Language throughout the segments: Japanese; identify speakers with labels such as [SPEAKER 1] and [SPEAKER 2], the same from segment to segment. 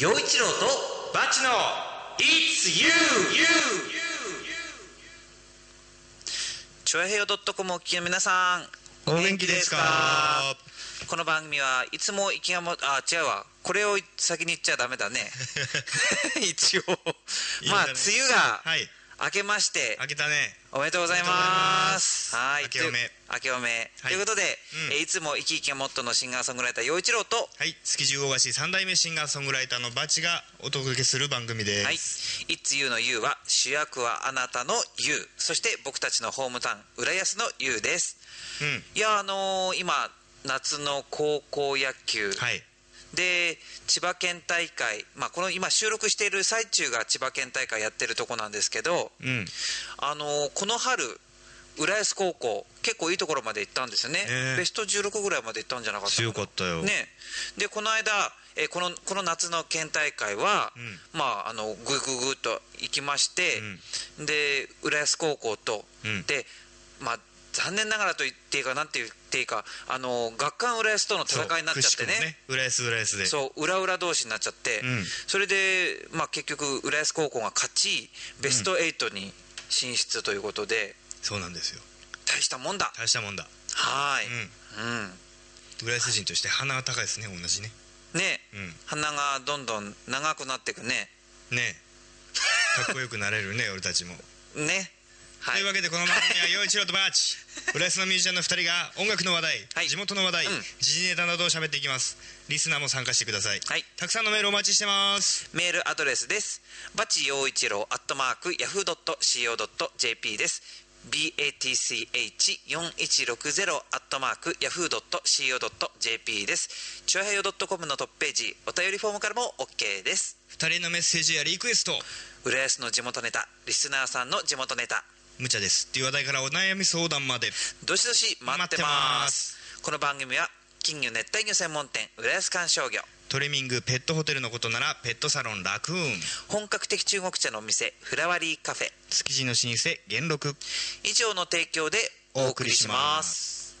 [SPEAKER 1] 陽一郎とバチの It's you, you, you, you.
[SPEAKER 2] チョアヘヨドットコムお聞きの皆さん
[SPEAKER 3] お元気ですか
[SPEAKER 2] この番組はいつも息がもあ違うわこれを先に言っちゃダ メだね一応
[SPEAKER 3] いいん
[SPEAKER 2] まあ
[SPEAKER 3] だね
[SPEAKER 2] 梅雨が
[SPEAKER 3] はい
[SPEAKER 2] 明けまして
[SPEAKER 3] 開けたね
[SPEAKER 2] おめでとうございますはい
[SPEAKER 3] 明けおめ
[SPEAKER 2] 明けおめ、ということで、
[SPEAKER 3] うん
[SPEAKER 2] えいつも生き生きがモットーのシンガーソングライター陽一郎と
[SPEAKER 3] はい築地魚河岸三代目シンガーソングライターのバチがお届けする番組です
[SPEAKER 2] はい、It's You の You は主役はあなたの You そして僕たちのホームタウン浦安の You です
[SPEAKER 3] うん
[SPEAKER 2] いやあのー今夏の高校野球、
[SPEAKER 3] はい
[SPEAKER 2] で千葉県大会、まあ、この今収録している最中が千葉県大会やってるとこなんですけど、
[SPEAKER 3] うん
[SPEAKER 2] あのーこの春浦安高校結構いいところまで行ったんですよね、
[SPEAKER 3] ね
[SPEAKER 2] ベスト16ぐらいまで行ったんじゃなかったかな
[SPEAKER 3] 強かったよ、
[SPEAKER 2] ね、でこの間、えーこのこの夏の県大会は、
[SPEAKER 3] う
[SPEAKER 2] まあ、あのぐぐぐっと行きまして、で浦安高校と、
[SPEAKER 3] うん
[SPEAKER 2] で、まあ、残念ながらと言っていいかなんて言っていいかあの学館浦安との戦いになっち
[SPEAKER 3] そう
[SPEAKER 2] ゃって
[SPEAKER 3] くしくも
[SPEAKER 2] ね。
[SPEAKER 3] 浦安浦安で
[SPEAKER 2] そう裏裏同士になっちゃって、
[SPEAKER 3] うん
[SPEAKER 2] それで、まあ、結局浦安高校が勝ちベスト8に進出ということで、
[SPEAKER 3] そうなんですよ
[SPEAKER 2] 大したもんだ
[SPEAKER 3] 大したもんだ
[SPEAKER 2] はーい、うん
[SPEAKER 3] 浦安人として鼻は高いですね同じね
[SPEAKER 2] ね、
[SPEAKER 3] うん
[SPEAKER 2] 鼻がどんどん長くなっていくね
[SPEAKER 3] ねえかっこよくなれるね俺たちも、
[SPEAKER 2] ねは
[SPEAKER 3] と
[SPEAKER 2] い
[SPEAKER 3] いうわけでこの番組は陽一郎とバー チ浦安のミュージシャンの2人が音楽の話題、
[SPEAKER 2] はい
[SPEAKER 3] 地元の話題、
[SPEAKER 2] うん
[SPEAKER 3] 時事ネタなどを喋っていきますリスナーも参加してください、
[SPEAKER 2] はい
[SPEAKER 3] たくさんのメールお待ちしてます
[SPEAKER 2] メールアドレスですバチ陽一郎アットマークヤフー .co.jp です BATCH4160 アットマークヤフー .co.jp ですチュアヘヨ .com のトップページお便りフォームからも OK です
[SPEAKER 3] 2人のメッセージやリクエスト
[SPEAKER 2] 浦安の地元ネタリスナーさんの地元ネタ
[SPEAKER 3] 無茶ですっていう話題からお悩み相談まで
[SPEAKER 2] どしどし待ってますこの番組は金魚熱帯魚専門店浦安観賞魚
[SPEAKER 3] トリミングペットホテルのことならペットサロンラクーン
[SPEAKER 2] 本格的中国茶のお店フラワリーカフェ
[SPEAKER 3] 築地の老舗元禄
[SPEAKER 2] 以上の提供でお送りします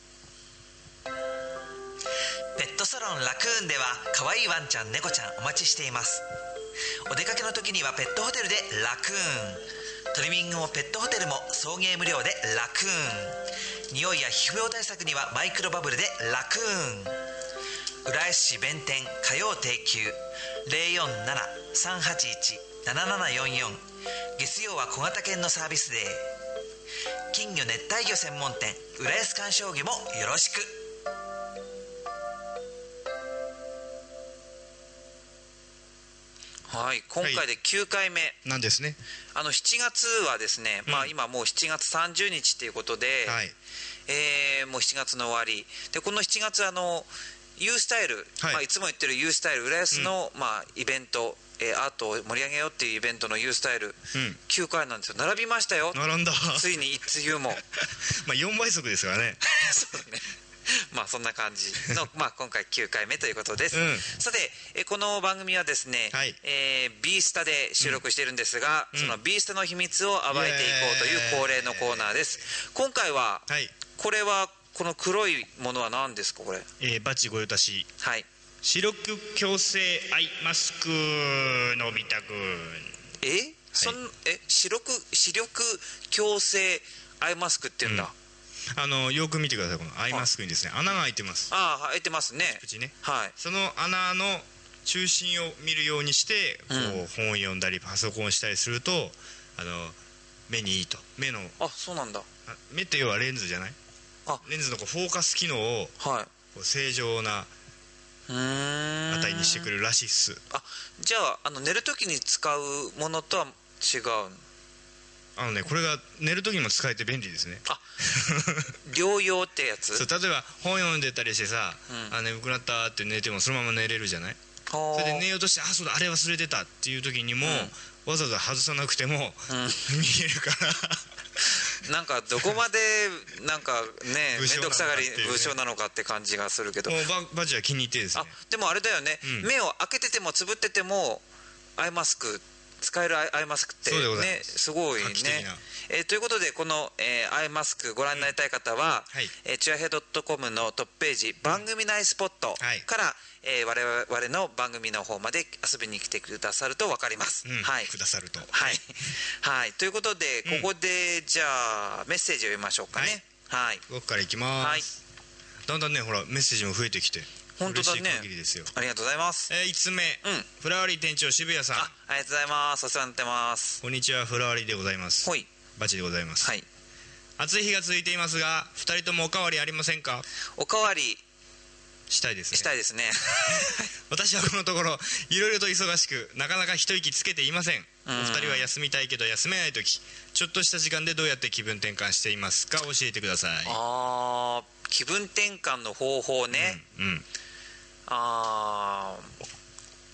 [SPEAKER 2] ペットサロンラクーンでは可愛いワンちゃん猫ちゃんお待ちしていますお出かけの時にはペットホテルでラクーントリミングもペットホテルも送迎無料でラクーン匂いや皮膚病対策にはマイクロバブルでラクーン浦安市弁天火曜定休047-381-7744月曜は小型犬のサービスデー金魚熱帯魚専門店浦安鑑賞魚もよろしくはい今回で9回目、
[SPEAKER 3] なんですね
[SPEAKER 2] あの7月はですね、まあ今もう7月30日ということで、
[SPEAKER 3] はい
[SPEAKER 2] えーもう7月の終わりでこの7月あの U スタイル、
[SPEAKER 3] はい
[SPEAKER 2] まあ、いつも言ってる U スタイル浦安の、まあ、イベント、えーアートを盛り上げようっていうイベントの U スタイル、
[SPEAKER 3] ん
[SPEAKER 2] 9回なんですよ並びましたよ
[SPEAKER 3] 並んだ
[SPEAKER 2] ついに「It's You」も
[SPEAKER 3] まあ4倍速ですからね
[SPEAKER 2] そうだねまあそんな感じ の、まあ、今回9回目ということです、
[SPEAKER 3] うん
[SPEAKER 2] さてえこの番組はですね、
[SPEAKER 3] はい
[SPEAKER 2] えー、ビースタで収録してるんですが、そのビースタの秘密を暴いていこうという恒例のコーナーです今回は、
[SPEAKER 3] はい、
[SPEAKER 2] これはこの黒いものは何ですかこれ
[SPEAKER 3] えーバチご用達
[SPEAKER 2] はい
[SPEAKER 3] 視力矯正アイマスクのび太くん
[SPEAKER 2] え、そんえ視力視力矯正アイマスクっていうんだ、
[SPEAKER 3] うんあのよく見てくださいこのアイマスクにですね穴が開いてます
[SPEAKER 2] ああ開いてますね
[SPEAKER 3] 口ね
[SPEAKER 2] はい
[SPEAKER 3] その穴の中心を見るようにしてこう、
[SPEAKER 2] う
[SPEAKER 3] 本を読んだりパソコンしたりするとあの目にいいと目の
[SPEAKER 2] あそうなんだ
[SPEAKER 3] あ目って要はレンズじゃない
[SPEAKER 2] あ
[SPEAKER 3] レンズのこうフォーカス機能を
[SPEAKER 2] はい
[SPEAKER 3] こう正常な
[SPEAKER 2] うーん
[SPEAKER 3] 値にしてくれるらしいっす
[SPEAKER 2] あじゃああの寝るときに使うものとは違う
[SPEAKER 3] あのねこれが寝る時にも使えて便利ですね
[SPEAKER 2] あ療養ってや つ
[SPEAKER 3] そう例えば本読んでたりしてさ、
[SPEAKER 2] うん
[SPEAKER 3] あ眠くなったって寝てもそのまま寝れるじゃない
[SPEAKER 2] そ
[SPEAKER 3] それで寝ようとしてあそうだあれ忘れてたっていう時にも、わざわざ外さなくても、見えるから
[SPEAKER 2] なんかどこまでなんかね
[SPEAKER 3] 武
[SPEAKER 2] 面
[SPEAKER 3] 将
[SPEAKER 2] 倒くさがり
[SPEAKER 3] なんだっていうね
[SPEAKER 2] 武将なのかって感じがするけど
[SPEAKER 3] もうババジは気に入ってですね
[SPEAKER 2] あでもあれだよね、
[SPEAKER 3] うん
[SPEAKER 2] 目を開けててもつぶっててもアイマスク使えるアイアイマスクって
[SPEAKER 3] そうでございます
[SPEAKER 2] ねすごいね
[SPEAKER 3] 画期的な
[SPEAKER 2] えーということでこの、えーアイマスクご覧になりたい方は、
[SPEAKER 3] はい
[SPEAKER 2] えーチュアヘドットコムのトップページ番組内スポット
[SPEAKER 3] はい
[SPEAKER 2] から、えー我々の番組の方まで遊びに来てくださると分かります、
[SPEAKER 3] うん
[SPEAKER 2] はい
[SPEAKER 3] くださると
[SPEAKER 2] はい、はい、ということで
[SPEAKER 3] うん
[SPEAKER 2] ここでじゃあメッセージを読みましょうかねはい、
[SPEAKER 3] 僕からいきます、
[SPEAKER 2] はい
[SPEAKER 3] だんだんねほらメッセージも増えてきて
[SPEAKER 2] 本当だね
[SPEAKER 3] 嬉しい限りですよ
[SPEAKER 2] ありがとうございます
[SPEAKER 3] えー、5つ目、
[SPEAKER 2] ん
[SPEAKER 3] フラワリー店長渋谷さん
[SPEAKER 2] あありがとうございますお世話になってます
[SPEAKER 3] こんにちはフラワリーでございます
[SPEAKER 2] ほい
[SPEAKER 3] バチでございます、
[SPEAKER 2] はい
[SPEAKER 3] 暑い日が続いていますが2人ともおかわりありませんか
[SPEAKER 2] おかわり
[SPEAKER 3] したいですね
[SPEAKER 2] したいですね
[SPEAKER 3] 私はこのところいろいろと忙しくなかなか一息つけていませんお
[SPEAKER 2] ん
[SPEAKER 3] 二人は休みたいけど休めない時ちょっとした時間でどうやって気分転換していますか教えてください
[SPEAKER 2] あー気分転換の方法ね、
[SPEAKER 3] うん
[SPEAKER 2] あー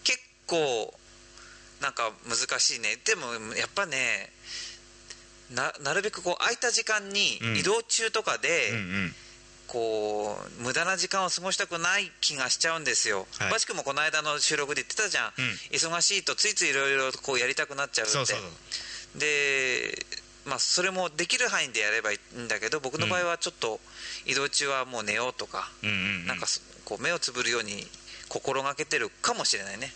[SPEAKER 2] 結構なんか難しいねでもやっぱねななるべくこう空いた時間に
[SPEAKER 3] うん
[SPEAKER 2] 移動中とかで、
[SPEAKER 3] うんうん
[SPEAKER 2] こう無駄な時間を過ごしたくない気がしちゃうんですよ、
[SPEAKER 3] はい
[SPEAKER 2] バシ君もこの間の収録で言ってたじゃん、
[SPEAKER 3] うん
[SPEAKER 2] 忙しいとついついいろいろこうやりたくなっちゃうって
[SPEAKER 3] そうそうそう
[SPEAKER 2] で、まあ、それもできる範囲でやればいいんだけど僕の場合はちょっと移動中はもう寝ようとか、
[SPEAKER 3] うんうんうん
[SPEAKER 2] なんかそこう目をつぶるように心がけてるかもしれないね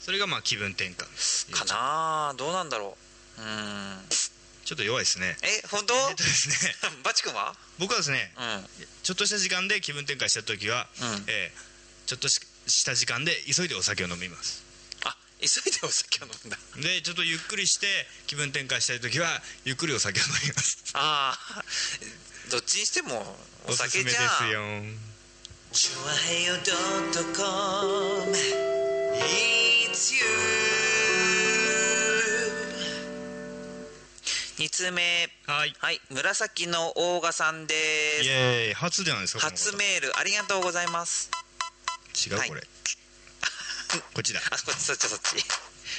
[SPEAKER 3] それがまあ気分転換
[SPEAKER 2] かなあどうなんだろううーん
[SPEAKER 3] ちょっと弱いですね
[SPEAKER 2] え本当
[SPEAKER 3] えっとですね
[SPEAKER 2] バチ君は
[SPEAKER 3] 僕はですね
[SPEAKER 2] うん
[SPEAKER 3] ちょっとした時間で気分転換した時は、
[SPEAKER 2] うん
[SPEAKER 3] えーちょっとしした時間で急いでお酒を飲みます
[SPEAKER 2] あ急いでお酒を飲んだ
[SPEAKER 3] でちょっとゆっくりして気分転換したい時はゆっくりお酒を飲みます
[SPEAKER 2] ああどっちにしてもお
[SPEAKER 3] すす
[SPEAKER 2] 酒
[SPEAKER 3] め
[SPEAKER 2] じ
[SPEAKER 3] で
[SPEAKER 2] ゃ
[SPEAKER 3] す
[SPEAKER 2] ん
[SPEAKER 3] よ
[SPEAKER 4] チュアヘヨドットコム It's you
[SPEAKER 2] 2通目
[SPEAKER 3] はい
[SPEAKER 2] はい紫のオーガさんで
[SPEAKER 3] イ
[SPEAKER 2] す
[SPEAKER 3] エーイ初じゃないですか
[SPEAKER 2] 初メールありがとうございます
[SPEAKER 3] この方違
[SPEAKER 2] は
[SPEAKER 3] う
[SPEAKER 2] い
[SPEAKER 3] これ、 こっちだ
[SPEAKER 2] あこっちそっちそっち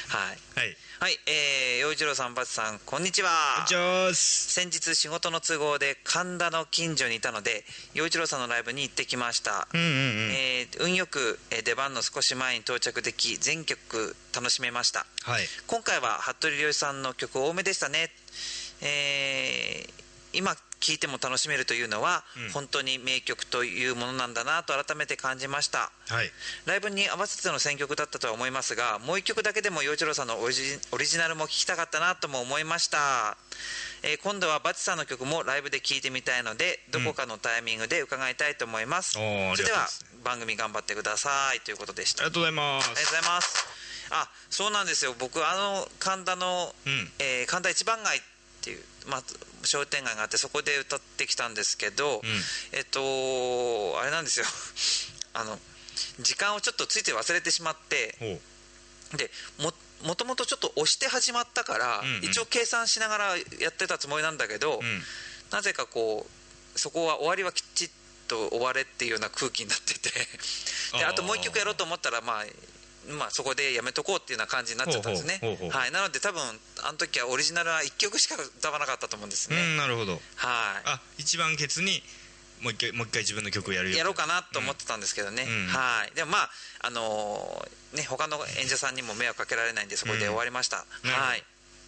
[SPEAKER 2] はい
[SPEAKER 3] はい
[SPEAKER 2] はいえー、陽一郎さんバチさんこんにちは
[SPEAKER 3] じゃあす
[SPEAKER 2] 先日仕事の都合で神田の近所にいたので陽一郎さんのライブに行ってきました、
[SPEAKER 3] うんうんうん
[SPEAKER 2] えー運よくえー出番の少し前に到着でき全曲楽しめました
[SPEAKER 3] はい
[SPEAKER 2] 今回は服部良一さんの曲多めでしたね、えー今聴いても楽しめるというのは、
[SPEAKER 3] うん
[SPEAKER 2] 本当に名曲というものなんだなと改めて感じました
[SPEAKER 3] はい
[SPEAKER 2] ライブに合わせての選曲だったとは思いますがもう一曲だけでも陽一郎さんのオリジオリジナルも聴きたかったなとも思いました、えー今度はバチさんの曲もライブで聴いてみたいのでどこかのタイミングで伺いたいと思います、
[SPEAKER 3] おーありがとうござ
[SPEAKER 2] それで
[SPEAKER 3] い
[SPEAKER 2] は
[SPEAKER 3] ます
[SPEAKER 2] 番組頑張ってくださいということでし
[SPEAKER 3] あ
[SPEAKER 2] た
[SPEAKER 3] りがとうございま
[SPEAKER 2] あり
[SPEAKER 3] す
[SPEAKER 2] がとうございますあそうなんですよ僕あの神田の、
[SPEAKER 3] うん
[SPEAKER 2] えー神田一番街っていう、まあ、商店街があってそこで歌ってきたんですけど、
[SPEAKER 3] ん
[SPEAKER 2] えっとあれなんですよ あの時間をちょっとついて忘れてしまって
[SPEAKER 3] おう
[SPEAKER 2] でももともとちょっと押して始まったから、
[SPEAKER 3] うんうん
[SPEAKER 2] 一応計算しながらやってたつもりなんだけど、
[SPEAKER 3] うん
[SPEAKER 2] なぜかこうそこは終わりはきっちりと終われっていうような空気になっててで
[SPEAKER 3] あー
[SPEAKER 2] あともう一曲やろうと思ったらまあまあそこでやめとこうっていうような感じになっちゃったんですね
[SPEAKER 3] ほうほうほうほう
[SPEAKER 2] はいなので多分あの時はオリジナルは1曲しか歌わなかったと思うんです
[SPEAKER 3] う
[SPEAKER 2] ね、
[SPEAKER 3] んなるほど
[SPEAKER 2] はい
[SPEAKER 3] あ一番ケツにもう一回もう一回自分の曲をやるよ
[SPEAKER 2] やろうかなと思ってたんですけどね、
[SPEAKER 3] うん
[SPEAKER 2] はいでもまああのーね他の演者さんにも迷惑かけられないんでそこで終わりました、
[SPEAKER 3] うん
[SPEAKER 2] はい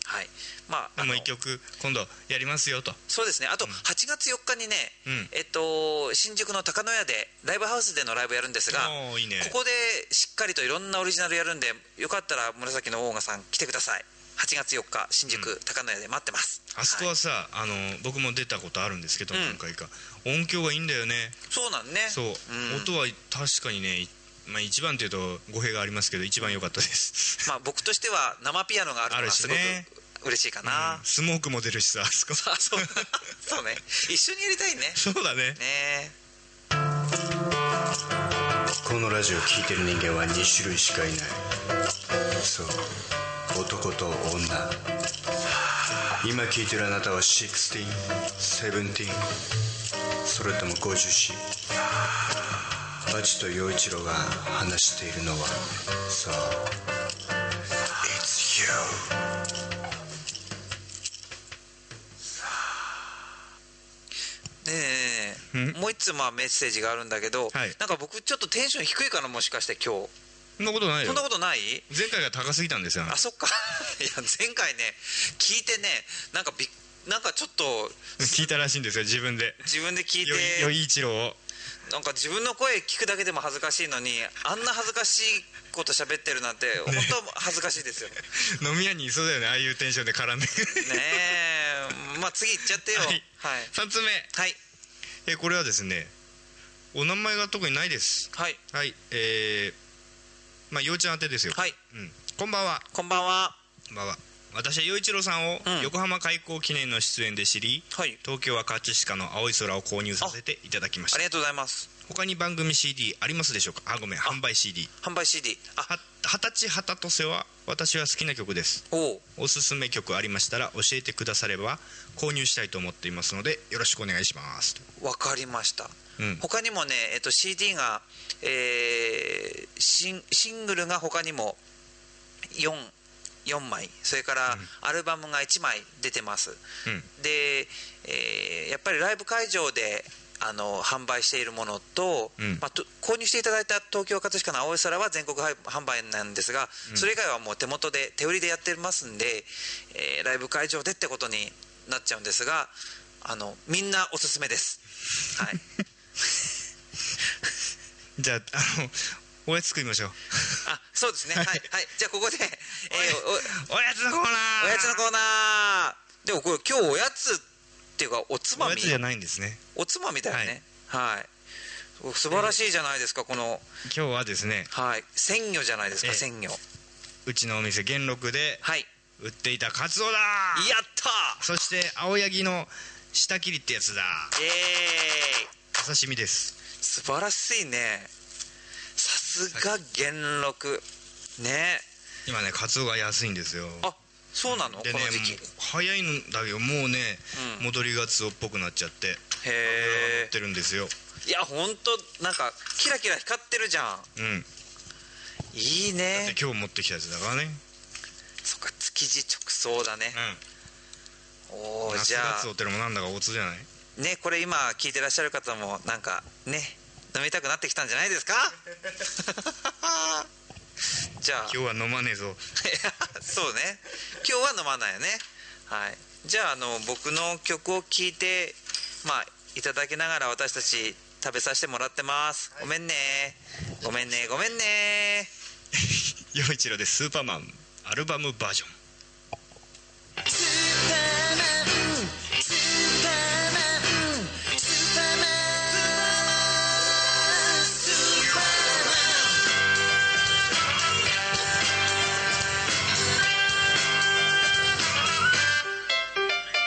[SPEAKER 2] はいまああ
[SPEAKER 3] でも
[SPEAKER 2] の
[SPEAKER 3] 一曲今度やりますよと
[SPEAKER 2] そうですねあと8月4日にね、
[SPEAKER 3] うん
[SPEAKER 2] えっと新宿の高野屋でライブハウスでのライブやるんですが
[SPEAKER 3] おーいいね
[SPEAKER 2] ここでしっかりといろんなオリジナルやるんでよかったら紫のオーガさん来てください8月4日新宿高野屋で待ってます、
[SPEAKER 3] あそこはいさ、あの僕も出たことあるんですけど、
[SPEAKER 2] うん
[SPEAKER 3] 何回か音響がいいんだよね
[SPEAKER 2] そうなんね
[SPEAKER 3] そう、
[SPEAKER 2] ん
[SPEAKER 3] 音は確かにね、いまあ、一番というと語弊がありますけど一番良かったです、
[SPEAKER 2] まあ僕としては生ピアノがあるの
[SPEAKER 3] あ
[SPEAKER 2] が
[SPEAKER 3] るし
[SPEAKER 2] すご
[SPEAKER 3] ね
[SPEAKER 2] く嬉しいかな、
[SPEAKER 3] スモークも出るしさあそこ
[SPEAKER 2] あ そう そうね一緒にやりたいね
[SPEAKER 3] そうだね
[SPEAKER 2] ね
[SPEAKER 5] このラジオを聴いてる人間は2種類しかいないそう男と女今聴いてるあなたは1617それとも 50C バチと陽一郎が話しているのはそう It's you
[SPEAKER 2] ねえねえねえもう一つまあメッセージがあるんだけど、
[SPEAKER 3] はい
[SPEAKER 2] なんか僕ちょっとテンション低いかなもしかして今日
[SPEAKER 3] そんなことない
[SPEAKER 2] そ
[SPEAKER 3] よ
[SPEAKER 2] んなことない
[SPEAKER 3] 前回が高すぎたんですよ
[SPEAKER 2] あそっか いや前回ね聞いてねなんかびっなんかちょっと
[SPEAKER 3] 聞いたらしいんですよ自分で
[SPEAKER 2] 自分で聞いて
[SPEAKER 3] よいよい一郎を
[SPEAKER 2] なんか自分の声聞くだけでも恥ずかしいのにあんな恥ずかしいこと喋ってるなんて本当恥ずかしいですよね
[SPEAKER 3] 飲み屋にいそうだよねああいうテンションで絡 んで
[SPEAKER 2] えまあ次行っちゃってよ
[SPEAKER 3] は
[SPEAKER 2] はい
[SPEAKER 3] い3つ目
[SPEAKER 2] はい
[SPEAKER 3] えこれはですねお名前が特にないです
[SPEAKER 2] はい
[SPEAKER 3] はいえー、まあ陽ちゃん宛てですよ、
[SPEAKER 2] はい
[SPEAKER 3] うん、こんばんは
[SPEAKER 2] こんばんは
[SPEAKER 3] こんばんは私は陽一郎さんを
[SPEAKER 2] うん
[SPEAKER 3] 横浜開港記念の出演で知り、
[SPEAKER 2] はい
[SPEAKER 3] 東京は葛飾の青い空を購入させていただきました
[SPEAKER 2] ありがとうございます
[SPEAKER 3] 他に番組 CD ありますでしょうかあごめん販売 CD
[SPEAKER 2] 販売 CD あ
[SPEAKER 3] は二十歳旗とせは私は好きな曲です
[SPEAKER 2] おう
[SPEAKER 3] おすすめ曲ありましたら教えてくだされば購入したいと思っていますのでよろしくお願いします
[SPEAKER 2] わかりました、
[SPEAKER 3] うん
[SPEAKER 2] 他にもね、えっと、CD が、えーシンシングルが他にも 4, 4枚それからアルバムが1枚出てます、
[SPEAKER 3] うん
[SPEAKER 2] で、えーやっぱりライブ会場であの販売しているものと,、
[SPEAKER 3] うん
[SPEAKER 2] まあ、と購入していただいた東京葛飾の青い空は全国販販売なんですが、それ以外はもう手元で手売りでやってますんで、えーライブ会場でってことになっちゃうんですがあのみんなおすすめです、はい、
[SPEAKER 3] じゃああのおやつ食いましょう
[SPEAKER 2] あそうで すねはい、はい、じゃあここで、えーお
[SPEAKER 3] おやつのコーナー
[SPEAKER 2] おやつのコーナーでもこれ今日おやつっていうかおつま
[SPEAKER 3] お
[SPEAKER 2] み
[SPEAKER 3] やつじゃないんですね
[SPEAKER 2] おつまみだよねはい、素晴らしいじゃないですかこの
[SPEAKER 3] 今日はですね
[SPEAKER 2] はい鮮魚じゃないですか、
[SPEAKER 3] ええ
[SPEAKER 2] 鮮魚
[SPEAKER 3] うちのお店元禄で
[SPEAKER 2] はいや
[SPEAKER 3] 売っていたカツオだ
[SPEAKER 2] った
[SPEAKER 3] そして青柳の下切りってやつだ
[SPEAKER 2] ーイエーイ
[SPEAKER 3] お刺身です
[SPEAKER 2] 素晴らしいねさすが元禄ね
[SPEAKER 3] 今ねカツオが安いんですよ
[SPEAKER 2] あそうなの、
[SPEAKER 3] で
[SPEAKER 2] こ
[SPEAKER 3] ね
[SPEAKER 2] の時期へ
[SPEAKER 3] もう早いんだけどもうね、
[SPEAKER 2] うん
[SPEAKER 3] 戻りガツオっぽくなっちゃって乗
[SPEAKER 2] え
[SPEAKER 3] ってるんですよ
[SPEAKER 2] いやほんとなんかキラキラ光ってるじゃん
[SPEAKER 3] うん
[SPEAKER 2] いいね
[SPEAKER 3] で今日持ってきたやつだからね
[SPEAKER 2] そっか築地直送だね
[SPEAKER 3] う
[SPEAKER 2] お
[SPEAKER 3] ん
[SPEAKER 2] お
[SPEAKER 3] 夏
[SPEAKER 2] じゃ
[SPEAKER 3] ガ
[SPEAKER 2] あ
[SPEAKER 3] ツオってのもなんだかおつじゃない
[SPEAKER 2] ねこれ今聞いてらっしゃる方もなんかね飲みたくなってきたんじゃな いですかじゃあ
[SPEAKER 3] 今日は飲まねえぞ
[SPEAKER 2] そうね今日は飲まないよねはいじゃああの僕の曲を聴いてまあいただきながら私たち食べさせてもらってます、ごめんねごめんねごめんね
[SPEAKER 3] 陽一郎でスーパーマンアルバムバージョン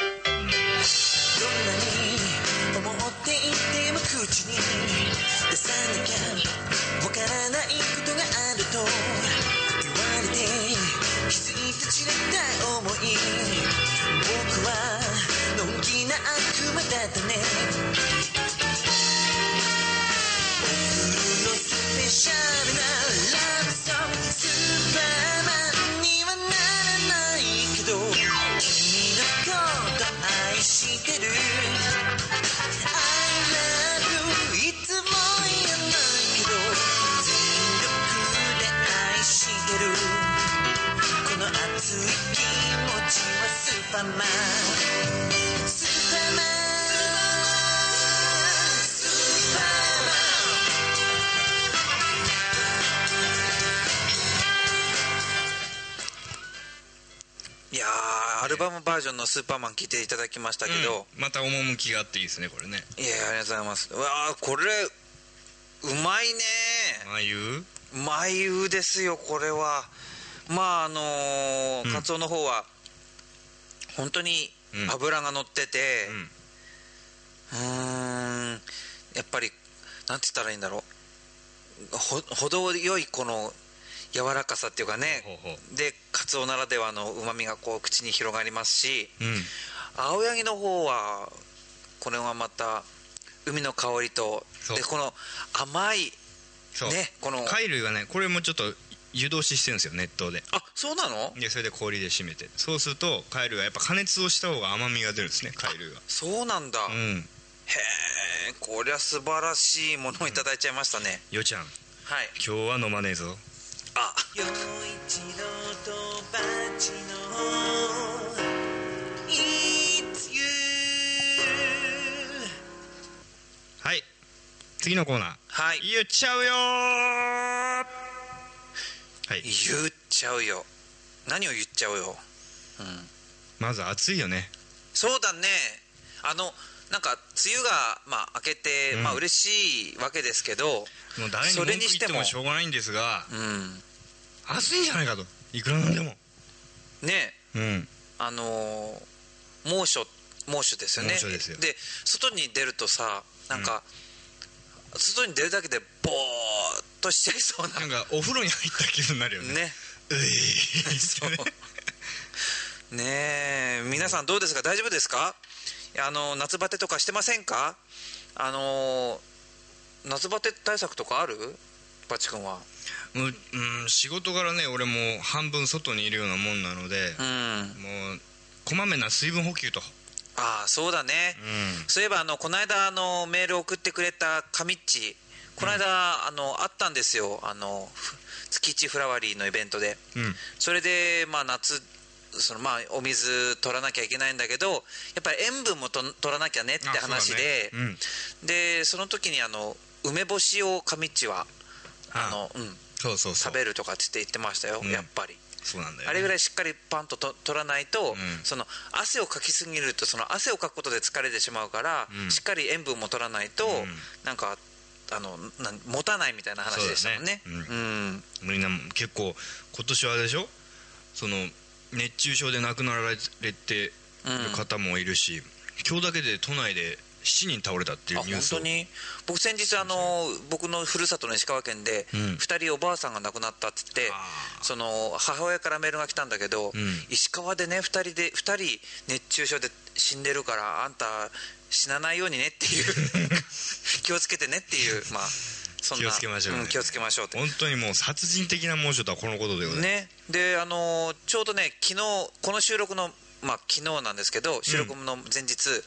[SPEAKER 6] どんなに思っていても口に出さなきゃわからないことがあると言われて気づいた散らった思い僕はのんきな悪魔だったね僕のスペシャルなラブソングスーパーマンにはならないけど君のこと愛してる I love you いつも言えないけど全力で愛してるこの熱い気持ちはスーパーマンスーパーマンスーパーマン
[SPEAKER 2] いやーアルバムバージョンの「スーパーマン」聴いていただきましたけど、
[SPEAKER 3] うんまた趣があっていいですねこれね
[SPEAKER 2] いやありがとうございますうわあこれうまいね
[SPEAKER 3] ああいう
[SPEAKER 2] うまいうですよこれはまああのー
[SPEAKER 3] うん
[SPEAKER 2] カツオの方は本当に
[SPEAKER 3] うん
[SPEAKER 2] 脂が乗ってて
[SPEAKER 3] うん
[SPEAKER 2] うーんやっぱりなんて言ったらいいんだろうほ程よいこの柔らかさっていうかね
[SPEAKER 3] ほうほう
[SPEAKER 2] でカツオならではのうまみがこう口に広がりますし
[SPEAKER 3] うん
[SPEAKER 2] 青柳の方はこれはまた海の香りと
[SPEAKER 3] そう
[SPEAKER 2] でこの甘い
[SPEAKER 3] そう
[SPEAKER 2] ねこの
[SPEAKER 3] 貝類はねこれもちょっと湯通ししてるんですよ熱湯で
[SPEAKER 2] あそうなの
[SPEAKER 3] でそれで氷で締めてそうすると貝類はやっぱ加熱をした方が甘みが出るんですね貝類は
[SPEAKER 2] そうなんだ、
[SPEAKER 3] うん
[SPEAKER 2] へえこりゃ素晴らしいものをいただいちゃいましたね、
[SPEAKER 3] よちゃん
[SPEAKER 2] はい
[SPEAKER 3] 今日は飲まねえぞ
[SPEAKER 6] 陽一郎とバチの It's you
[SPEAKER 3] はい次のコーナー
[SPEAKER 2] はい
[SPEAKER 3] 言っちゃうよーはい
[SPEAKER 2] 言っちゃうよ何を言っちゃうよ
[SPEAKER 3] まず暑いよね
[SPEAKER 2] そうだねあのなんか梅雨がまあ明けて、
[SPEAKER 3] うん
[SPEAKER 2] まあ嬉しいわけですけど
[SPEAKER 3] もう誰に
[SPEAKER 2] そ
[SPEAKER 3] 文句
[SPEAKER 2] れ
[SPEAKER 3] 言
[SPEAKER 2] にし
[SPEAKER 3] ってて
[SPEAKER 2] も
[SPEAKER 3] もしょうがないんですが
[SPEAKER 2] うん
[SPEAKER 3] 暑いんじゃないかといくらなんでも
[SPEAKER 2] ね
[SPEAKER 3] うん
[SPEAKER 2] あのー猛暑猛暑ですよね
[SPEAKER 3] 猛暑ですよ
[SPEAKER 2] 外に出るとさなんか、外に出るだけでボーっとしちゃいそうな
[SPEAKER 3] なんかお風呂に入った気分になるよね
[SPEAKER 2] ね
[SPEAKER 3] ういー ってね
[SPEAKER 2] ねえ皆さんどうですか大丈夫ですかあの夏バテとかしてませんかあの夏バテ対策とかあるバチ君は
[SPEAKER 3] もううん仕事からね俺もう半分外にいるようなもんなので
[SPEAKER 2] うん
[SPEAKER 3] もうこまめな水分補給と
[SPEAKER 2] ああそうだね、
[SPEAKER 3] うん
[SPEAKER 2] そういえばあのこの間あのメール送ってくれたカミッチこの間、あのあったんですよあのふ月一フラワーリーのイベントで
[SPEAKER 3] うん
[SPEAKER 2] それでまあ夏そのまあお水取らなきゃいけないんだけどやっぱり塩分もと取らなきゃねって
[SPEAKER 3] あそうだね
[SPEAKER 2] 話で
[SPEAKER 3] うん
[SPEAKER 2] でその時にあの梅干しをカミッチはあの、うん、
[SPEAKER 3] そうそうそう
[SPEAKER 2] 食べるとかっつって言ってましたよ、
[SPEAKER 3] うん
[SPEAKER 2] やっぱり。
[SPEAKER 3] そうなんだよ
[SPEAKER 2] あれぐ
[SPEAKER 3] い
[SPEAKER 2] らいしっかりパンとと取らないと、
[SPEAKER 3] うん
[SPEAKER 2] その汗をかきすぎるとその汗をかくことで疲れてしまうから、
[SPEAKER 3] うん
[SPEAKER 2] しっかり塩分も取らないと、
[SPEAKER 3] ん
[SPEAKER 2] なんかあのなん持たないみたいな話でしたもんね。
[SPEAKER 3] そうだね
[SPEAKER 2] うん
[SPEAKER 3] みんなも結構今年はあれでしょその熱中症で亡くなられてる方もいるし、今日だけで都内で7人倒れたってい
[SPEAKER 2] あ
[SPEAKER 3] うニュー
[SPEAKER 2] 本
[SPEAKER 3] スを
[SPEAKER 2] 当に僕先日あの僕のふるさとの石川県で
[SPEAKER 3] うん
[SPEAKER 2] 2人おばあさんが亡くなったって言って
[SPEAKER 3] あ
[SPEAKER 2] その母親からメールが来たんだけど
[SPEAKER 3] うん
[SPEAKER 2] 石川でね2人で2人熱中症で死んでるからあんた死なないようにねっていう 気をつけてねっていうまあそんな
[SPEAKER 3] 気をつけましょうね
[SPEAKER 2] ん気をつけましょうって
[SPEAKER 3] 本当にもう殺人的な猛暑とはこのことでございます、
[SPEAKER 2] ねであのちょうどね昨日この収録のまあ昨日なんですけど収録の前日
[SPEAKER 3] ん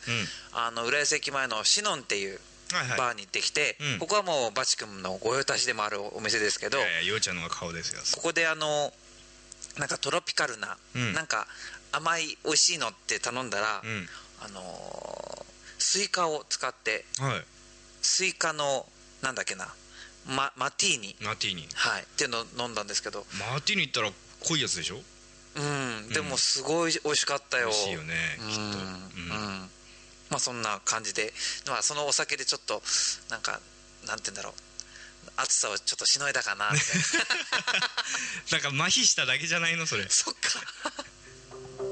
[SPEAKER 2] あの浦安駅前のシノンっていう
[SPEAKER 3] はいはい
[SPEAKER 2] バーに行ってきて、
[SPEAKER 3] うん
[SPEAKER 2] ここはもうバチ君の御用達でもあるお店ですけど、
[SPEAKER 3] いやいやようちゃんのが顔ですよ
[SPEAKER 2] ここであのなんかトロピカルな、
[SPEAKER 3] うん
[SPEAKER 2] なんか甘い美味しいのって頼んだら、
[SPEAKER 3] うん
[SPEAKER 2] あのースイカを使って
[SPEAKER 3] はい
[SPEAKER 2] スイカのなんだっけなママティーニ、
[SPEAKER 3] マーティーニ
[SPEAKER 2] はい、っていうのを飲んだんですけど
[SPEAKER 3] マーティーニ行ったら濃いやつでしょ
[SPEAKER 2] うんでもすごい美味しかった
[SPEAKER 3] 美
[SPEAKER 2] よ、
[SPEAKER 3] 味しいよね
[SPEAKER 2] う
[SPEAKER 3] き
[SPEAKER 2] ん
[SPEAKER 3] っと、うん
[SPEAKER 2] うんまあそんな感じで、まあ、そのお酒でちょっとなんかなんて言うんだろう暑さをちょっとしのいだかなみたいな
[SPEAKER 3] なんか麻痺しただけじゃないのそれ
[SPEAKER 2] そっか
[SPEAKER 7] これ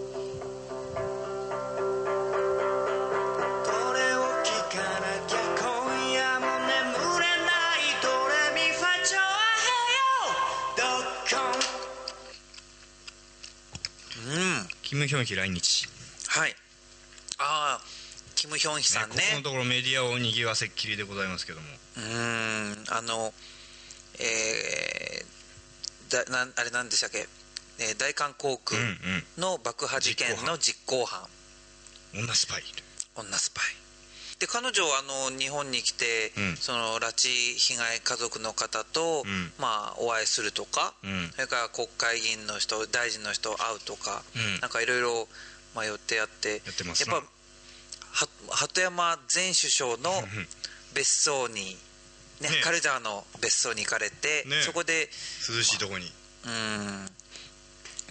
[SPEAKER 7] を聞かなきゃ今夜も眠れないドレミファチョアヘヨドッコン
[SPEAKER 2] うん
[SPEAKER 3] キム・ヒョンヒ来日、
[SPEAKER 2] はいああキム・ヒョンヒさんね
[SPEAKER 3] ここのところメディアを賑わせっきりでございますけども
[SPEAKER 2] うーんあのえー、だなんあれなんでしたっけ、えー大韓航空
[SPEAKER 3] うんうん
[SPEAKER 2] の爆破事件の実行犯
[SPEAKER 3] 女スパイ
[SPEAKER 2] 女スパイで彼女はあの日本に来て、
[SPEAKER 3] うん
[SPEAKER 2] その拉致被害家族の方と、
[SPEAKER 3] うん
[SPEAKER 2] まあ、お会いするとか、
[SPEAKER 3] うん
[SPEAKER 2] それから国会議員の人大臣の人会うとか、
[SPEAKER 3] うん
[SPEAKER 2] なんかいろいろまあ予定あって
[SPEAKER 3] やってますな
[SPEAKER 2] やっぱは鳩山前首 相の
[SPEAKER 3] ん
[SPEAKER 2] 別荘に、ね
[SPEAKER 3] ね
[SPEAKER 2] 軽井沢の別荘に行かれて、
[SPEAKER 3] ね
[SPEAKER 2] そこで
[SPEAKER 3] 涼しいとこに
[SPEAKER 2] うん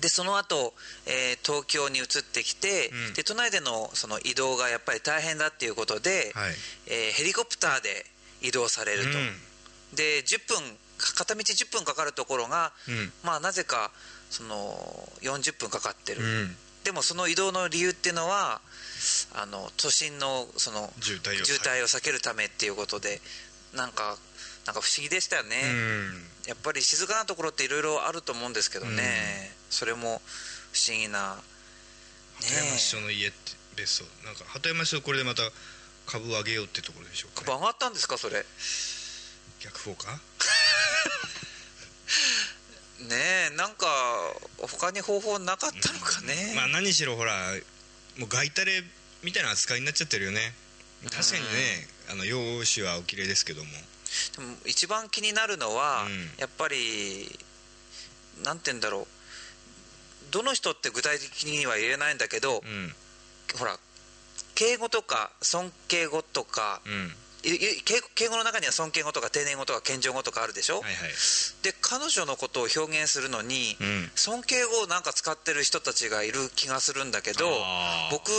[SPEAKER 2] でその後、えー東京に移ってきて、
[SPEAKER 3] うん
[SPEAKER 2] で都内でのその移動がやっぱり大変だっていうことで、
[SPEAKER 3] はい
[SPEAKER 2] えーヘリコプターで移動されると、で10分か片道10分かかるところが、
[SPEAKER 3] うん
[SPEAKER 2] まあなぜかその40分かかってる、
[SPEAKER 3] うん、うん、
[SPEAKER 2] でもその移動の理由っていうのはあの都心のその
[SPEAKER 3] 渋滞を
[SPEAKER 2] 渋滞を避けるためっていうことでなんかなんか不思議でしたよね、
[SPEAKER 3] うん
[SPEAKER 2] やっぱり静かなところっていろいろあると思うんですけどね、
[SPEAKER 3] うん
[SPEAKER 2] それも不思議なね
[SPEAKER 3] 鳩山市長の家って別荘なんか鳩山市長これでまた株を上げようってところでしょうか、ね、
[SPEAKER 2] 上がったんですかそれね
[SPEAKER 3] 逆効果
[SPEAKER 2] えなんか他に方法なかったのかね、
[SPEAKER 3] まあ何しろほらもう外タレみたいな扱いになっちゃってるよね確かにねあの容姿はお綺麗ですけども
[SPEAKER 2] でも一番気になるのは、
[SPEAKER 3] うん
[SPEAKER 2] やっぱりなんて言うんだろうどの人って具体的には言えないんだけ
[SPEAKER 3] う
[SPEAKER 2] ど、
[SPEAKER 3] ん
[SPEAKER 2] ほら敬語とか尊敬語とか、
[SPEAKER 3] うん
[SPEAKER 2] いい敬語敬語の中には尊敬語とか丁寧語とか謙譲語とかあるでしょ、
[SPEAKER 3] はいはい
[SPEAKER 2] で彼女のことを表現するのに、
[SPEAKER 3] うん
[SPEAKER 2] 尊敬語をなんか使ってる人たちがいる気がするんだけど
[SPEAKER 3] あー
[SPEAKER 2] 僕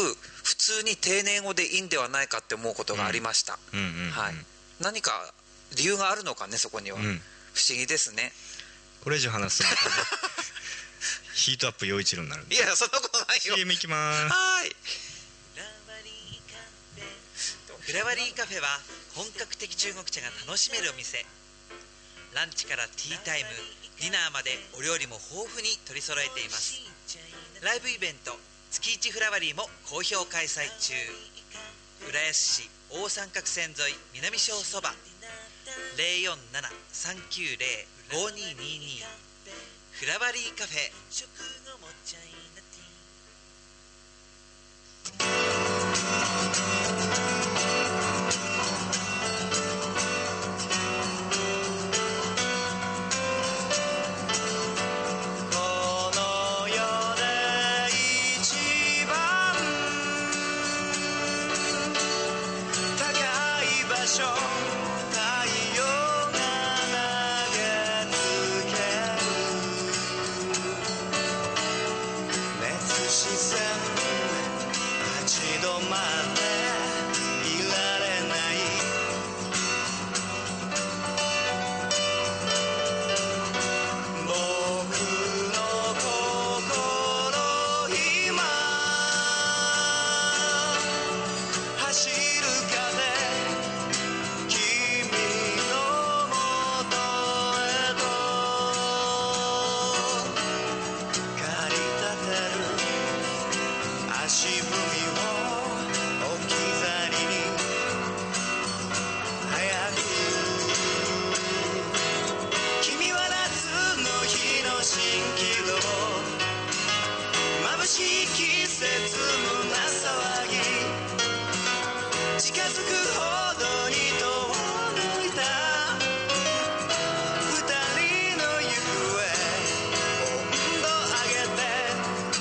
[SPEAKER 2] 普通に丁寧語でいいんではないかって思うことがありました、
[SPEAKER 3] うんうんうん
[SPEAKER 2] はい、何か理由があるのかねそこには、
[SPEAKER 3] うん
[SPEAKER 2] 不思議ですね
[SPEAKER 3] これ以上話すとま たねヒートアップ陽一郎になるん
[SPEAKER 2] い
[SPEAKER 3] で
[SPEAKER 2] やそんなことないよ
[SPEAKER 3] CM いきます
[SPEAKER 2] はーい
[SPEAKER 4] フラワリーカフェは本格的中国茶が楽しめるお店ランチからティータイムディナーまでお料理も豊富に取り揃えていますライブイベント「月一フラワリー」も好評開催中浦安市大三角線沿い南小そば0473905222フラワリーカフェ
[SPEAKER 7] この世で一番高い場所太陽が投げつける熱視線立ち止まっていられない僕の心今走る風君の元へと駆り立てる足踏みを置き去りに早く君は夏の日の蜃気楼眩しい季節無な騒ぎ近づくほどに遠のいた二人の行方温度上げて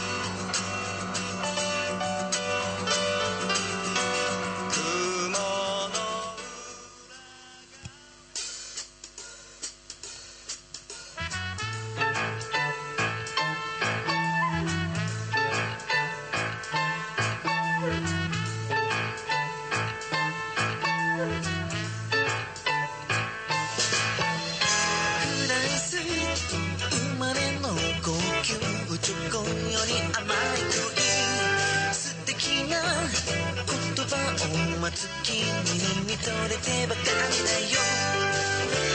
[SPEAKER 7] 雲の
[SPEAKER 6] フランス生まれの高級チョコより甘い恋素敵な言葉を待つ君に見とれてばかりだよ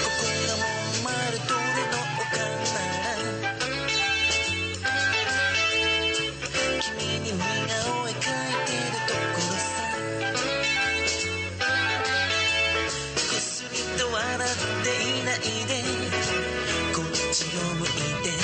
[SPEAKER 6] 心もまるどれのおかな君に似顔絵描いてるところさくすりと笑っていないでこっちを向いてね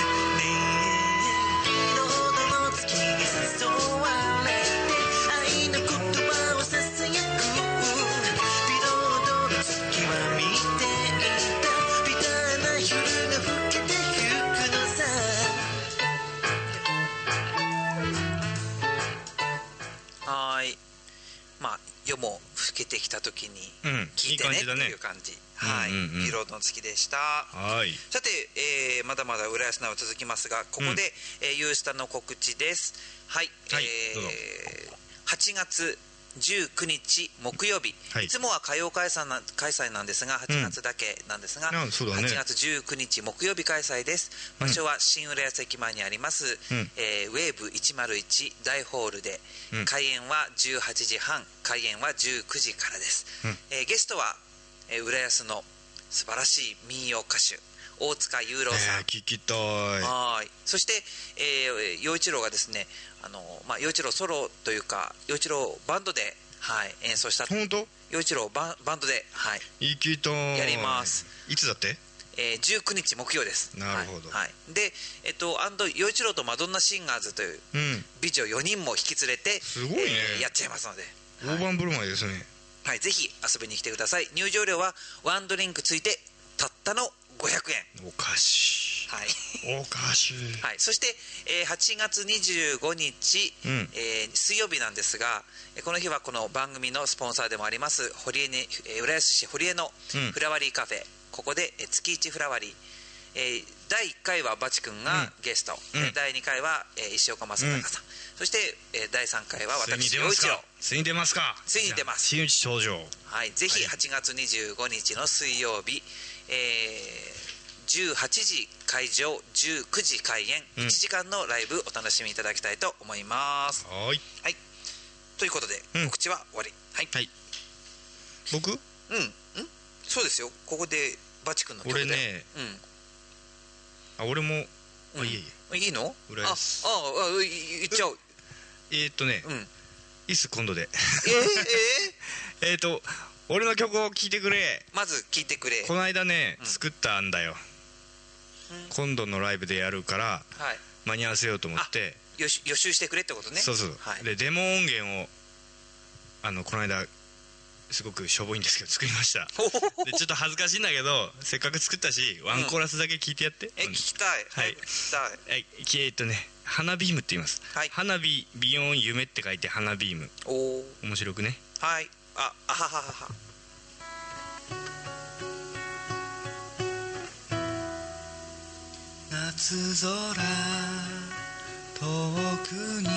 [SPEAKER 6] 喉の月に誘われて愛の言葉をささやく微動の月は見ていた微淡な夜が更けてゆくのさ
[SPEAKER 2] はーいまあ夜も更けてきた時に
[SPEAKER 3] うん
[SPEAKER 2] 聞いてね
[SPEAKER 3] いい感じだね
[SPEAKER 2] っていう感じはい
[SPEAKER 3] うんうんうん
[SPEAKER 2] 「色の月」でした
[SPEAKER 3] はい
[SPEAKER 2] さて、えーまだまだ浦安菜は続きますがここで、
[SPEAKER 3] うん
[SPEAKER 2] えーユースタの告知ですはい、
[SPEAKER 3] はい
[SPEAKER 2] え
[SPEAKER 3] どうぞ
[SPEAKER 2] ー8月19日木曜日、、
[SPEAKER 3] はいい
[SPEAKER 2] つもは火曜開催な開催なんですが8月だけなんですが、
[SPEAKER 3] うんあそうだね
[SPEAKER 2] 8月19日木曜日開催です場所は新浦安駅前にあります、
[SPEAKER 3] うん
[SPEAKER 2] えーウェーブ101大ホールで、
[SPEAKER 3] うん
[SPEAKER 2] 開演は18時半開演は19時からです、
[SPEAKER 3] うん
[SPEAKER 2] えーゲストは、えー浦安の素晴らしい民謡歌手大塚裕郎さん、
[SPEAKER 3] えー聞きたい
[SPEAKER 2] はーいそして、えー、陽一郎がですねあの、まあ、陽一郎ソロというか陽一郎バンドで、はい、演奏した
[SPEAKER 3] 本当
[SPEAKER 2] 陽一郎バンバンドで、はい
[SPEAKER 3] 行きたい
[SPEAKER 2] やります
[SPEAKER 3] いつだって
[SPEAKER 2] えー、19日木曜です
[SPEAKER 3] なるほど
[SPEAKER 2] はいはいで、えっと、アンド陽一郎とマドンナシンガーズという
[SPEAKER 3] うん
[SPEAKER 2] 美女4人も引き連れて
[SPEAKER 3] すごいね
[SPEAKER 2] えーやっちゃいますので
[SPEAKER 3] 大盤振る舞いですね
[SPEAKER 2] はい、ぜひ遊びに来てください入場料はワンドリンクついてたったの500円
[SPEAKER 3] おかしい
[SPEAKER 2] はい
[SPEAKER 3] おかしい
[SPEAKER 2] はい、そして、えー8月25日、
[SPEAKER 3] うん
[SPEAKER 2] えー水曜日なんですが、えーこの日はこの番組のスポンサーでもあります堀江に、えー浦安市堀江の
[SPEAKER 3] うん
[SPEAKER 2] フラワリーカフェ、ここで、えー月一フラワリー、えー第1回はバチ君がゲスト、
[SPEAKER 3] うん
[SPEAKER 2] えー第2回は、えー石岡正隆さん、そして、えー第3回は
[SPEAKER 3] ついに
[SPEAKER 2] 私
[SPEAKER 3] 出
[SPEAKER 2] 陽
[SPEAKER 3] ます
[SPEAKER 2] 一郎
[SPEAKER 3] かついに出ますか
[SPEAKER 2] ついに出ます
[SPEAKER 3] 真打ち登場
[SPEAKER 2] はい、ぜひ
[SPEAKER 3] は
[SPEAKER 2] 8月25日の水曜日、えー18時会場19時開演、
[SPEAKER 3] うん
[SPEAKER 2] 1時間のライブお楽しみいただきたいと思います
[SPEAKER 3] はーい
[SPEAKER 2] ということで、
[SPEAKER 3] うん
[SPEAKER 2] 告知は終わりはい、
[SPEAKER 3] はい僕
[SPEAKER 2] うんうんそうですよここでバチ君の曲で
[SPEAKER 3] 俺ねあ俺もあ
[SPEAKER 2] うん、うん
[SPEAKER 3] いえい
[SPEAKER 2] いいの
[SPEAKER 3] 浦
[SPEAKER 2] ああ
[SPEAKER 3] 安
[SPEAKER 2] あいい言っちゃおう
[SPEAKER 3] ええーっとね
[SPEAKER 2] うんえー、
[SPEAKER 3] いつ今度で
[SPEAKER 2] え
[SPEAKER 3] えーっと俺の曲を聴いてくれ
[SPEAKER 2] ー、まず聞いてくれ
[SPEAKER 3] この間ね
[SPEAKER 2] うん
[SPEAKER 3] 作ったんだよ
[SPEAKER 2] うん
[SPEAKER 3] 今度のライブでやるから
[SPEAKER 2] はい
[SPEAKER 3] 間に合わせようと思って
[SPEAKER 2] 予習予習してくれってことね
[SPEAKER 3] そうそう
[SPEAKER 2] はい、
[SPEAKER 3] でデモ音源をあのこの間すごくしょぼいんですけど作りました でちょっと恥ずかしいんだけどせっかく作ったしワンコーラスだけ聞いてやって、
[SPEAKER 2] え
[SPEAKER 3] うん
[SPEAKER 2] 聞きたい
[SPEAKER 3] はい
[SPEAKER 2] 聞きたい
[SPEAKER 3] はいきえっとね「花ビーム」って言います、
[SPEAKER 2] はい
[SPEAKER 3] 花火ビヨーン夢って書いて「花ビーム
[SPEAKER 2] おお」
[SPEAKER 3] 面白くね
[SPEAKER 2] はい。あ、あはははは。
[SPEAKER 7] 夏空遠くに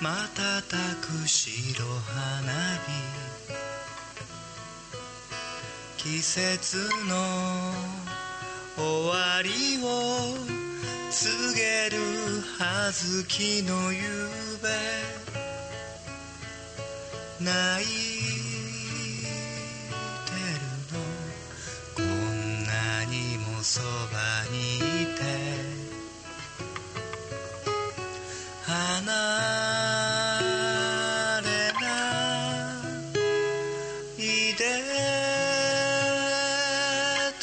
[SPEAKER 7] 瞬く白花火季節の終わりを告げる小豆の夕べ泣いてるのこんなにもそばにいて離れないで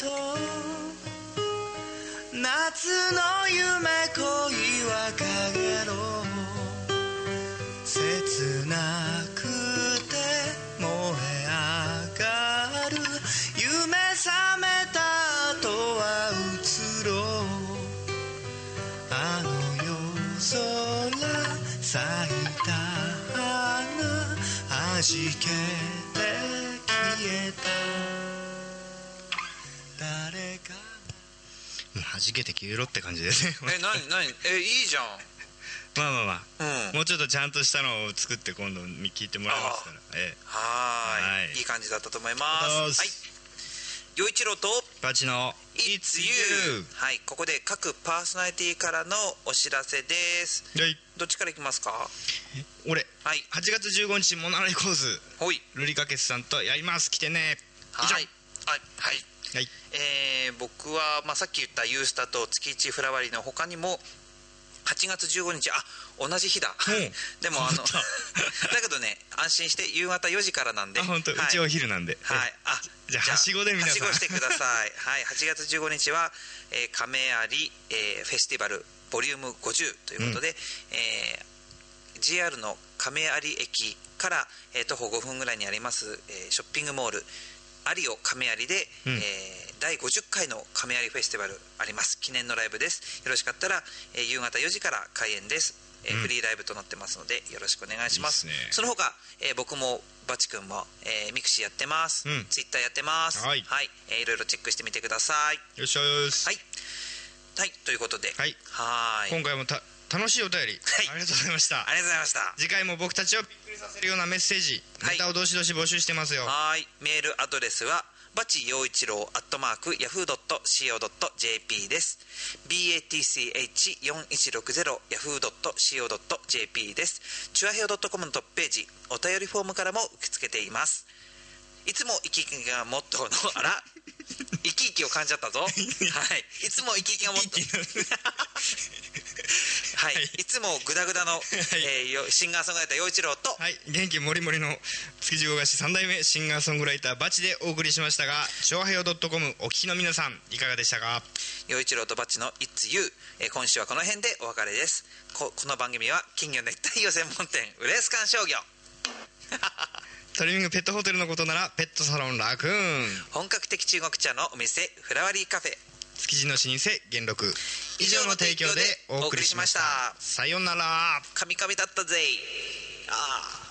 [SPEAKER 7] と夏の夢恋はかげろ切なくて燃え上がる夢覚めた後は移ろうあの夜空咲いた花弾けて消えた誰か
[SPEAKER 3] もう弾けて消えろって感じ ですね
[SPEAKER 2] え、なになに、え、いいじゃん。
[SPEAKER 3] まあまあまあ、
[SPEAKER 2] うん。
[SPEAKER 3] もうちょっとちゃんとしたのを作って今度聞いてもらいますからええ
[SPEAKER 2] は
[SPEAKER 3] は
[SPEAKER 2] ー
[SPEAKER 3] い
[SPEAKER 2] い。いい感じだったと思い
[SPEAKER 3] あ
[SPEAKER 2] ま。
[SPEAKER 3] りがとうございます
[SPEAKER 2] はい。陽一郎と
[SPEAKER 3] バチの「
[SPEAKER 2] It's You はいここで各パーソナリティからのお知らせです」
[SPEAKER 3] はい
[SPEAKER 2] どっちからいきますかは
[SPEAKER 3] 俺
[SPEAKER 2] い
[SPEAKER 3] 8月15日モナライコーズ
[SPEAKER 2] ほい
[SPEAKER 3] ルリカケスさんとやります来てね以上
[SPEAKER 2] はいはいはい
[SPEAKER 3] はい
[SPEAKER 2] えー僕は、まあ、さっき言った「ユースタ」と「月一フラワリー」の他にも8月15日あ同じ日だ、
[SPEAKER 3] うん
[SPEAKER 2] でもあの
[SPEAKER 3] 本
[SPEAKER 2] だ
[SPEAKER 3] 当
[SPEAKER 2] けどね安心して夕方4時からなんで
[SPEAKER 3] あ本当、
[SPEAKER 2] はいう
[SPEAKER 3] ちお昼なんで、
[SPEAKER 2] はい、あ
[SPEAKER 3] じゃあはしごで皆さん
[SPEAKER 2] はしごしてくださいはい8月15日は、えー亀有、えーフェスティバルボリューム50ということで、えー JR の亀有駅から、えー徒歩5分ぐらいにあります、えーショッピングモール有オ亀有で、
[SPEAKER 3] うん
[SPEAKER 2] えー第50回の亀有フェスティバルあります記念のライブですよろしかったら、えー夕方4時から開演です、えー
[SPEAKER 3] うん
[SPEAKER 2] フリーライブとなってますのでよろしくお願いします
[SPEAKER 3] いいっすね
[SPEAKER 2] その他、えー僕もバチ君も、えーミクシーやってます、
[SPEAKER 3] うん
[SPEAKER 2] ツイッターやってます
[SPEAKER 3] はい
[SPEAKER 2] えーいろいろチェックしてみてください
[SPEAKER 3] よっしゃよっしゃ
[SPEAKER 2] はいはいということでは
[SPEAKER 3] はい
[SPEAKER 2] はーい
[SPEAKER 3] 今回もた楽しいお便り、
[SPEAKER 2] は
[SPEAKER 3] あり
[SPEAKER 2] い
[SPEAKER 3] がとうございました
[SPEAKER 2] ありがとうご
[SPEAKER 3] 次回も僕
[SPEAKER 2] ざいました
[SPEAKER 3] たちをびっくりさせるようなメッセージ、
[SPEAKER 2] はい
[SPEAKER 3] ネタをどしどし募集してますよ
[SPEAKER 2] はーいメールアドレスはバチ陽一郎アットマークヤフー .co.jp です BATCH4160 ヤフー .co.jp ですチュアヘオ .com のトップページお便りフォームからも受け付けていますいつも生き生きがモットーのあら 生き生きを感じちゃったぞはいいつも生き生きがモットー はい、い、つもグダグダの、えーよシンガーソングライター陽一郎と、
[SPEAKER 3] はい元気もりもりの築地魚菓子3代目シンガーソングライターバチでお送りしましたが昭和平洋 .com お聞きの皆さんいかがでしたか
[SPEAKER 2] 陽一郎とバッチの「It's You」えー今週はこの辺でお別れですここの番組は金魚熱帯魚専門店浦安館商業
[SPEAKER 3] トリミングペットホテルのことならペットサロンラクーン
[SPEAKER 2] 本格的中国茶のお店フラワリーカフェ
[SPEAKER 3] 築地の老舗元禄以上の提供でお送りしました
[SPEAKER 2] お送りしま
[SPEAKER 3] さようなら
[SPEAKER 2] カミカミだったぜいああ